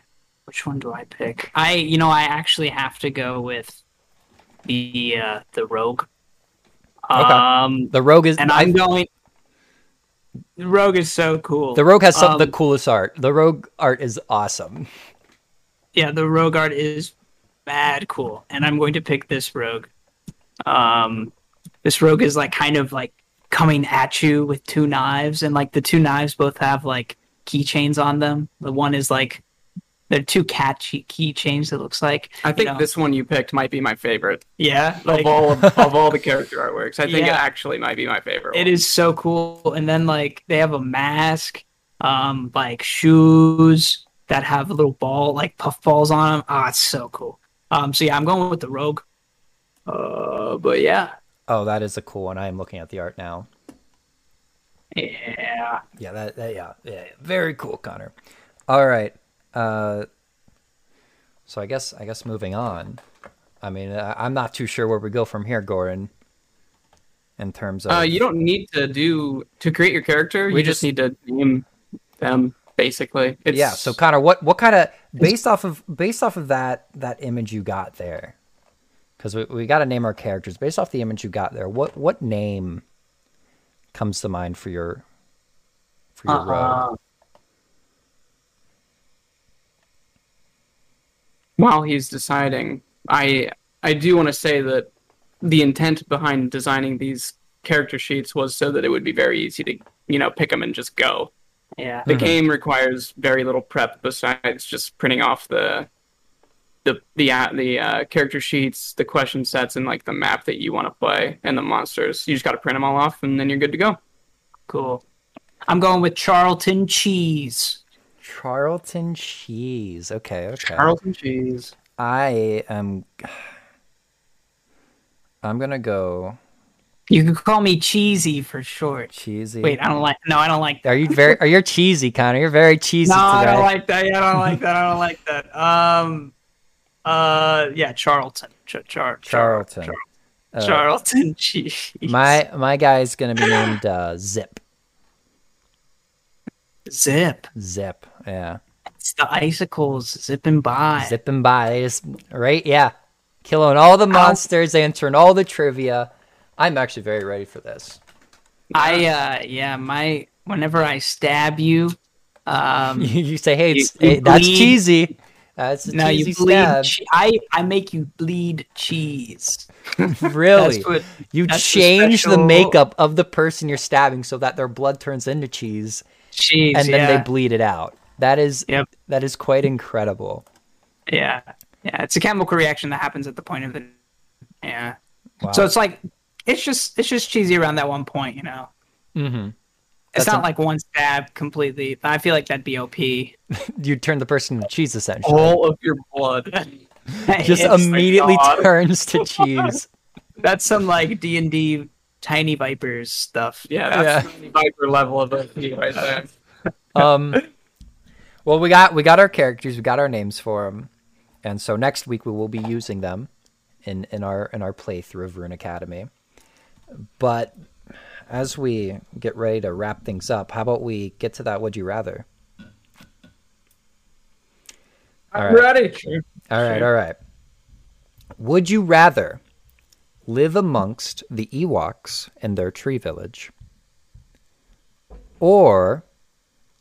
Speaker 2: which one do I pick? I, you know, I actually have to go with the uh, the rogue. Um,
Speaker 1: The rogue is
Speaker 2: and
Speaker 1: I-
Speaker 2: I'm going. The rogue is so cool.
Speaker 1: the rogue has some of the
Speaker 2: um,
Speaker 1: coolest art. The rogue art is awesome.
Speaker 2: yeah, the rogue art is bad cool, and I'm going to pick this rogue. Um, this rogue is like kind of like coming at you with two knives, and like the two knives both have like keychains on them. The one is like they're two cat key- keychains. It looks like
Speaker 3: I
Speaker 2: you
Speaker 3: think
Speaker 2: know?
Speaker 3: this one you picked might be my favorite
Speaker 2: Yeah, like
Speaker 3: of all of, of all the character artworks. I think it
Speaker 2: Yeah.
Speaker 3: actually might be my favorite.
Speaker 2: it
Speaker 3: one.
Speaker 2: is so cool. And then like they have a mask, um, like shoes that have a little ball, like puff balls on them. Ah, it's so cool. Um, so yeah, I'm going with the rogue. Uh, but yeah,
Speaker 1: Oh, that is a cool one. I am looking at the art now.
Speaker 2: Yeah.
Speaker 1: Yeah, that, that yeah, yeah, yeah. very cool, Connor. All right. Uh, so I guess I guess moving on. I mean, I, I'm not too sure where we go from here, Goran. In terms of
Speaker 3: Uh, you don't need to do to create your character.
Speaker 1: We
Speaker 3: you just,
Speaker 1: just-
Speaker 3: need to name them basically. It's,
Speaker 1: yeah, so Connor, what what kind of based off of based off of that that image you got there? Because we we got to name our characters based off the image you got there. What what name comes to mind for your for your rogue?
Speaker 2: Uh,
Speaker 3: while he's deciding, I I do want to say that the intent behind designing these character sheets was so that it would be very easy to you know pick them and just go.
Speaker 2: yeah.
Speaker 3: The
Speaker 1: Mhm.
Speaker 3: game requires very little prep besides just printing off the the the uh, the uh, character sheets, the question sets, and like the map that you want to play and the monsters. You just got to print them all off, and then you're good to go.
Speaker 2: Cool. I'm going with Charlton Cheese.
Speaker 1: Charlton Cheese. Okay, okay.
Speaker 3: Charlton cheese.
Speaker 1: I am. I'm gonna go
Speaker 2: You can call me Cheesy for short.
Speaker 1: cheesy.
Speaker 2: Wait, I don't like. No, I don't like that.
Speaker 1: are you very? Are you cheesy, Connor? You're very cheesy
Speaker 2: No, I
Speaker 1: today.
Speaker 2: don't like that. Yeah, I don't like that. I don't like that. Um. Uh. Yeah, Charlton. Ch- Char. Char.
Speaker 1: Charlton. Uh,
Speaker 2: Charlton Cheese.
Speaker 1: my my guy's gonna be named uh, Zip.
Speaker 2: zip.
Speaker 1: Zip. Yeah.
Speaker 2: It's the icicles zipping by.
Speaker 1: Zipping by. They just right. Yeah. Killing all the monsters, answering all the trivia. I'm actually very ready for this.
Speaker 2: I. Uh. Yeah. My. Whenever I stab you, um.
Speaker 1: You, you say, "Hey,
Speaker 2: You-
Speaker 1: it's,
Speaker 2: you
Speaker 1: hey, that's
Speaker 2: bleed.
Speaker 1: cheesy. That's a
Speaker 2: now
Speaker 1: cheesy
Speaker 2: you bleed.
Speaker 1: stab."
Speaker 2: Che- I. I make you bleed cheese.
Speaker 1: really?
Speaker 2: That's what
Speaker 1: You
Speaker 2: That's the
Speaker 1: change the
Speaker 2: special-
Speaker 1: makeup of the person you're stabbing so that their blood turns into cheese
Speaker 2: cheese.
Speaker 1: and
Speaker 2: yeah.
Speaker 1: then they bleed it out. That is
Speaker 2: Yep.
Speaker 1: that is quite incredible.
Speaker 2: Yeah. Yeah. It's a chemical reaction that happens at the point of the. Yeah.
Speaker 1: Wow.
Speaker 2: So it's like, it's just it's just cheesy around that one point, you know. Mm-hmm.
Speaker 1: Mhm.
Speaker 2: It's
Speaker 1: That's
Speaker 2: not
Speaker 1: a-
Speaker 2: like one stab completely. I feel like that'd be OP.
Speaker 1: you turn the person into cheese essentially.
Speaker 3: All of your blood.
Speaker 1: Just
Speaker 2: Oh, It's like,
Speaker 1: immediately
Speaker 2: God,
Speaker 1: turns to cheese.
Speaker 2: that's some like D and D tiny vipers stuff.
Speaker 3: Yeah, that's
Speaker 1: Yeah.
Speaker 3: the Viper level of it. Right there.
Speaker 1: um well we got we got our characters we got our names for them and so next week we will be using them in in our in our playthrough of rune academy but as we get ready to wrap things up how about we get to that would you rather all right
Speaker 3: Ready?
Speaker 1: all right
Speaker 3: Sure.
Speaker 1: all right would you rather live amongst the ewoks and their tree village or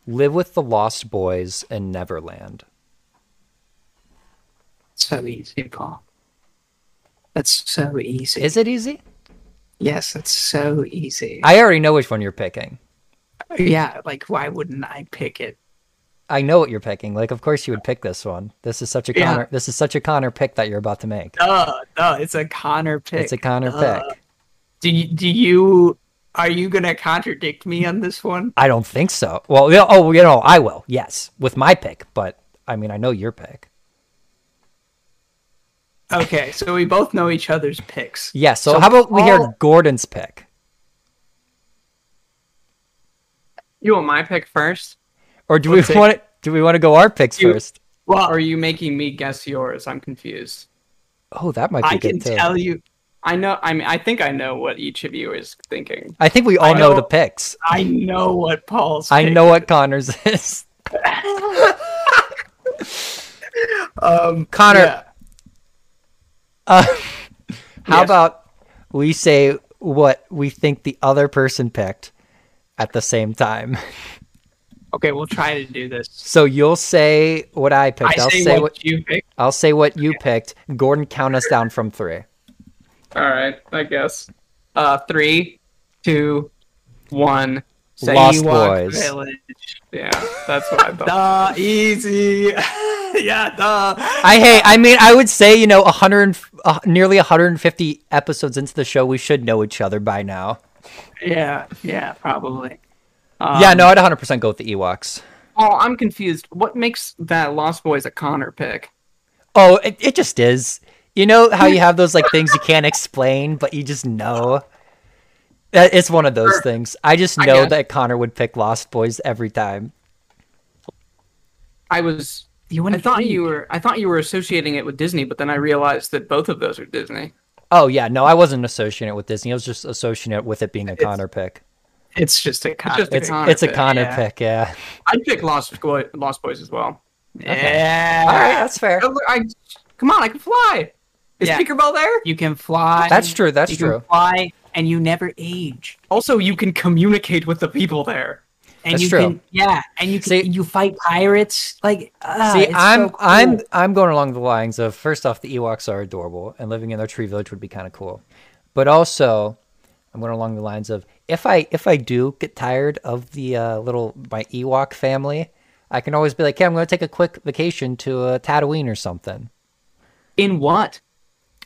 Speaker 1: live with the lost boys in neverland
Speaker 2: So easy, Paul. That's so easy.
Speaker 1: Is it easy?
Speaker 2: yes, that's so easy. Oh,
Speaker 1: I already know which one you're picking.
Speaker 2: yeah, like why wouldn't I pick it?
Speaker 1: I know what you're picking. Like, of course you would pick this one. This is such a
Speaker 2: Yeah.
Speaker 1: Connor. This is such a Connor pick that you're about to make.
Speaker 2: Duh, duh. It's a Connor pick.
Speaker 1: It's a Connor
Speaker 2: Duh.
Speaker 3: Uh.
Speaker 1: pick.
Speaker 2: Do you, do you are you gonna contradict me on this one?
Speaker 1: I don't think so. Well, you know- oh, you know, I will. Yes, with my pick. But I mean, I know your pick.
Speaker 2: Okay,
Speaker 3: So we both know each other's picks.
Speaker 1: Yeah, so,
Speaker 2: So
Speaker 1: how about we hear
Speaker 2: all-
Speaker 1: Gordon's pick?
Speaker 3: You want my pick first?
Speaker 1: Or do
Speaker 3: We'll
Speaker 1: we
Speaker 3: take-
Speaker 1: want do we want to go our picks
Speaker 3: You-
Speaker 1: first?
Speaker 3: Well, are you making me guess yours? I'm confused.
Speaker 1: Oh, that might be
Speaker 3: I can
Speaker 1: good too.
Speaker 3: tell you. I know. I mean, I think I know what each of you is thinking.
Speaker 1: I think we all
Speaker 3: I
Speaker 1: know,
Speaker 3: know-
Speaker 1: the picks.
Speaker 3: I know what Paul's.
Speaker 1: I
Speaker 3: pick
Speaker 1: know what Connor's is.
Speaker 3: Um,
Speaker 1: Connor,
Speaker 3: yeah.
Speaker 1: uh, how
Speaker 3: Yes.
Speaker 1: about we say what we think the other person picked at the same time?
Speaker 3: Okay, we'll try to do this.
Speaker 1: So you'll say what I
Speaker 3: I
Speaker 1: picked. I will
Speaker 3: say, what, you pick.
Speaker 1: I'll say what you picked. Gordon, count us down from three.
Speaker 3: All right, I guess. Uh, three, two, one.
Speaker 2: so
Speaker 1: Lost
Speaker 2: Ewok
Speaker 1: Boys.
Speaker 2: Village.
Speaker 3: Yeah, that's what I thought.
Speaker 2: Duh, easy. yeah, duh.
Speaker 1: I hey, I mean, I would say you know, a hundred, and f- uh, nearly 150 episodes into the show, we should know each other by now.
Speaker 3: yeah.
Speaker 2: Yeah, probably.
Speaker 1: yeah,
Speaker 3: Um,
Speaker 1: no, I'd 100 percent go with the Ewoks.
Speaker 3: Paul, Oh, I'm confused. What makes that Lost Boys a Connor pick?
Speaker 1: Oh, it, it just is. You know how you have those like things you can't explain, but you just know. That- It's one of those
Speaker 3: Sure.
Speaker 1: things. I just
Speaker 3: I
Speaker 1: know
Speaker 3: guess.
Speaker 1: that Connor would pick Lost Boys every time.
Speaker 3: I was.
Speaker 2: You
Speaker 3: I
Speaker 2: wouldn't
Speaker 3: thought
Speaker 2: think.
Speaker 3: you were. I thought you were associating it with Disney, but then I realized that both of those are Disney.
Speaker 1: Oh yeah, no, I wasn't associating it with Disney. I was just associating it with it being a Connor pick.
Speaker 2: It's just a con.
Speaker 3: just a
Speaker 1: It's
Speaker 3: Connor
Speaker 1: it's a
Speaker 3: pick,
Speaker 1: Connor
Speaker 2: yeah.
Speaker 1: pick. Yeah.
Speaker 3: I'd pick Lost Boy, Lost Boys as well.
Speaker 2: Yeah.
Speaker 1: All right, that's fair.
Speaker 3: Oh, look, I, come on, I can fly. Is
Speaker 2: Yeah.
Speaker 3: Tinkerbell there?
Speaker 2: You can fly.
Speaker 1: That's true. That's
Speaker 2: you
Speaker 1: true.
Speaker 2: Can fly, and you never age.
Speaker 3: Also, you can communicate with the people there.
Speaker 2: And
Speaker 1: That's
Speaker 2: you
Speaker 1: true.
Speaker 2: can yeah, and you can
Speaker 1: See-
Speaker 2: you fight pirates. Like
Speaker 3: Ah,
Speaker 2: uh,
Speaker 1: See,
Speaker 2: it's
Speaker 1: I'm
Speaker 2: so cool.
Speaker 1: I'm I'm going along the lines of first off, the Ewoks are adorable, and living in their tree village would be kind of cool. But also, I'm going along the lines of if I if I do get tired of the uh, little my Ewok family, I can always be like, "Hey, I'm going to take a quick vacation to uh, Tatooine or something."
Speaker 3: In what?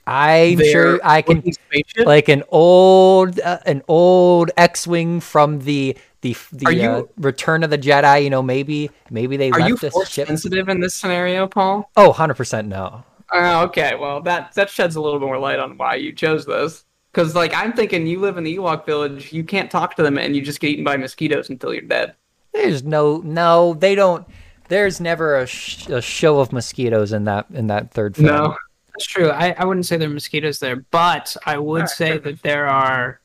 Speaker 1: I'm
Speaker 3: Their
Speaker 1: sure I can
Speaker 3: working spaceship?
Speaker 1: like an old uh, an old X-wing from the the the
Speaker 3: Are you-
Speaker 1: uh, Return of the Jedi. You know, maybe maybe they
Speaker 3: Are you
Speaker 1: left this
Speaker 3: force
Speaker 1: ship.
Speaker 3: sensitive in this scenario, Paul?
Speaker 1: Oh, 100 percent no.
Speaker 3: Oh, okay. Well, that that sheds a little more light on why you chose this. Because, like, I'm thinking you live in the Ewok village, you can't talk to them, and you just get eaten by mosquitoes until you're dead.
Speaker 1: There's no no. They don't. There's never a, sh- a show of mosquitoes in that in that third film.
Speaker 3: No.
Speaker 2: That's true. I, I wouldn't say there are mosquitoes there, but I would
Speaker 3: Alright,
Speaker 2: say
Speaker 3: fair
Speaker 2: that there are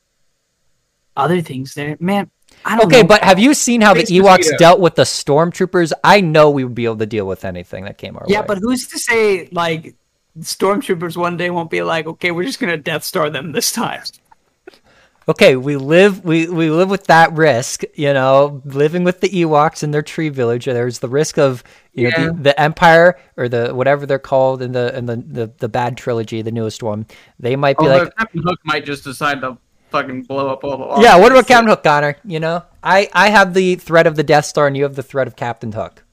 Speaker 2: other things there. Man, I don't
Speaker 1: Okay,
Speaker 2: know.
Speaker 1: but have you seen how the
Speaker 3: Space
Speaker 1: Ewoks
Speaker 3: mosquito.
Speaker 1: dealt with the stormtroopers? I know we would be able to deal with anything that came our
Speaker 2: yeah,
Speaker 1: way.
Speaker 2: but who's to say like stormtroopers one day won't be like, okay, we're just gonna Death Star them this time.
Speaker 1: okay, we live we we live with that risk. You know, living with the Ewoks in their tree village. There's the risk of you
Speaker 3: Yeah.
Speaker 1: know the, the Empire or the whatever they're called in the in the the, the bad trilogy, the newest one. They might be
Speaker 3: Although
Speaker 1: like,
Speaker 3: Captain Hook might just decide to fucking blow up all the.
Speaker 1: yeah, what about
Speaker 3: officers.
Speaker 1: Captain Hook, Connor? You know, I I have the threat of the Death Star, and you have the threat of Captain Hook.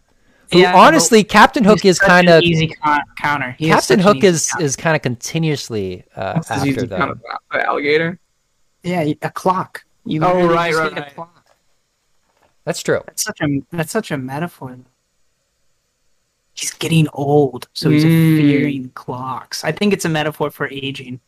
Speaker 1: Who,
Speaker 2: Yeah, but
Speaker 1: honestly, Captain
Speaker 2: he's
Speaker 1: Hook is
Speaker 2: such
Speaker 1: kind
Speaker 2: an
Speaker 1: of
Speaker 2: easy con- counter. He
Speaker 1: Captain
Speaker 2: such an
Speaker 1: Hook
Speaker 2: easy
Speaker 1: is
Speaker 2: counter.
Speaker 1: is kind of continuously uh,
Speaker 3: This is
Speaker 1: after
Speaker 3: usually kind
Speaker 1: them.
Speaker 3: of the alligator.
Speaker 2: Yeah, a clock. You
Speaker 3: Oh,
Speaker 2: literally
Speaker 3: right,
Speaker 2: just
Speaker 3: right,
Speaker 2: need a
Speaker 3: right.
Speaker 2: clock.
Speaker 1: That's true.
Speaker 2: That's such a that's such a metaphor. He's getting old, so he's
Speaker 3: Mm.
Speaker 2: fearing clocks. I think it's a metaphor for aging.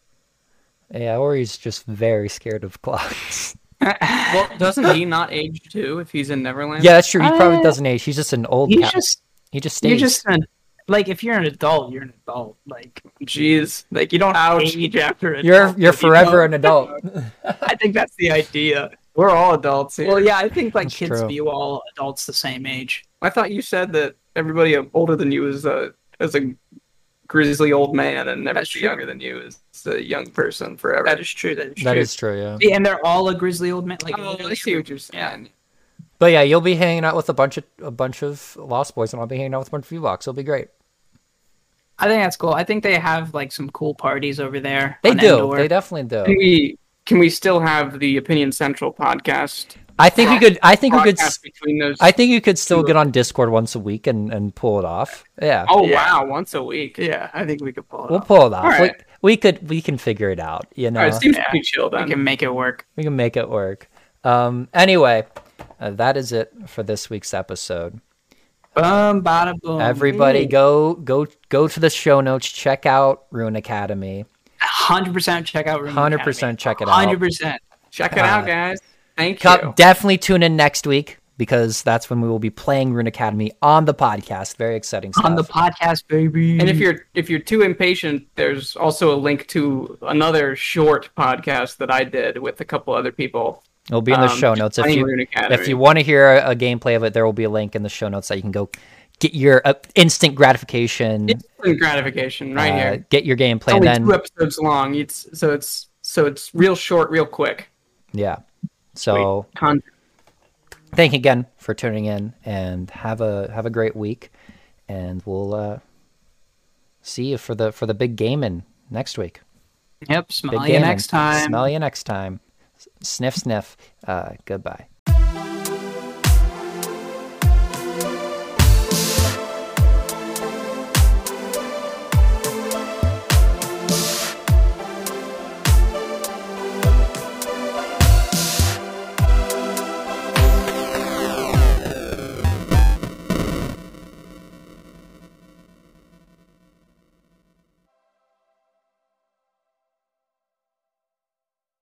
Speaker 1: Yeah, or he's just very scared of clocks.
Speaker 3: Well, doesn't he not age too if he's in Neverland?
Speaker 1: yeah, that's true. He probably
Speaker 2: Uh,
Speaker 1: doesn't age. He's just an old.
Speaker 2: He's
Speaker 1: Cap-
Speaker 2: just
Speaker 1: he just
Speaker 2: you're
Speaker 1: stays.
Speaker 2: just an, like if you're an adult, you're an adult. Like
Speaker 3: Jeez. Like you don't ouch.
Speaker 2: age after adult.
Speaker 1: You're you're
Speaker 3: you
Speaker 1: forever an
Speaker 3: know.
Speaker 1: adult.
Speaker 3: I think that's the idea. We're all adults here.
Speaker 2: well, yeah, I think like
Speaker 1: That's
Speaker 2: kids
Speaker 1: true.
Speaker 2: view all adults the same age.
Speaker 3: I thought you said that everybody older than you is a is a grizzly old man, and
Speaker 2: That's
Speaker 3: everybody
Speaker 2: true.
Speaker 3: younger than you is a young person forever.
Speaker 2: That is true. That is
Speaker 1: that
Speaker 2: true.
Speaker 1: is true. Yeah.
Speaker 2: Yeah, and they're all a grizzly old man. Like
Speaker 3: oh, I
Speaker 2: literally-
Speaker 3: see what you're saying.
Speaker 1: But yeah, you'll be hanging out with a bunch of a bunch of Lost Boys, and I'll be hanging out with a bunch of Ewoks. It'll be great.
Speaker 2: I think that's cool. I think they have like some cool parties over there.
Speaker 1: They
Speaker 2: on
Speaker 1: do.
Speaker 2: Endor.
Speaker 1: They definitely
Speaker 3: Can
Speaker 1: do.
Speaker 3: we can we still have the Opinion Central podcast?
Speaker 1: I think we could. I think we could. s-
Speaker 3: podcast between those.
Speaker 1: I think you could still
Speaker 3: Sure.
Speaker 1: get on Discord once a week and, and pull it off. Yeah,
Speaker 3: oh
Speaker 2: Yeah.
Speaker 3: wow, once a week.
Speaker 2: Yeah, I think we could pull it
Speaker 1: we'll
Speaker 2: off.
Speaker 1: pull it off.
Speaker 3: All right.
Speaker 1: We, we could we can figure it out. You know,
Speaker 3: All right, seems
Speaker 2: Yeah.
Speaker 3: pretty chill
Speaker 2: We
Speaker 3: then.
Speaker 2: can make it work.
Speaker 1: we can make it work. Um, anyway, uh, that is it for this week's episode.
Speaker 2: Boom, bada
Speaker 3: Oh,
Speaker 2: boom.
Speaker 1: Everybody, go go go to the show notes. Check out Rune Academy.
Speaker 2: hundred percent check out. Room
Speaker 1: Hundred percent, check it out.
Speaker 2: Hundred percent.
Speaker 3: Check it
Speaker 1: Uh,
Speaker 3: out, guys. Thank
Speaker 1: Cup,
Speaker 3: you.
Speaker 1: definitely tune in next week because that's when we will be playing Rune Academy on the podcast. Very exciting stuff.
Speaker 2: On the podcast, baby.
Speaker 3: And if you're if you're too impatient, there's also a link to another short podcast that I did with a couple other people.
Speaker 1: It'll be in the
Speaker 3: um,
Speaker 1: show notes if
Speaker 3: playing
Speaker 1: you
Speaker 3: Rune
Speaker 1: if
Speaker 3: Academy.
Speaker 1: you want to hear a, a gameplay of it. There will be a link in the show notes that you can go get your uh, instant gratification.
Speaker 3: Instant gratification right
Speaker 1: uh,
Speaker 3: here.
Speaker 1: Get your gameplay.
Speaker 3: It's
Speaker 1: and
Speaker 3: only
Speaker 1: then
Speaker 3: two episodes long. It's so it's so it's real short, real quick.
Speaker 1: yeah. So
Speaker 3: Con-
Speaker 1: thank you again for tuning in and have a have a great week and we'll uh see you for the for the big gaming next week
Speaker 2: yep,
Speaker 1: big
Speaker 2: smell you next
Speaker 1: gaming.
Speaker 2: time.
Speaker 1: smell you next time S- sniff sniff uh goodbye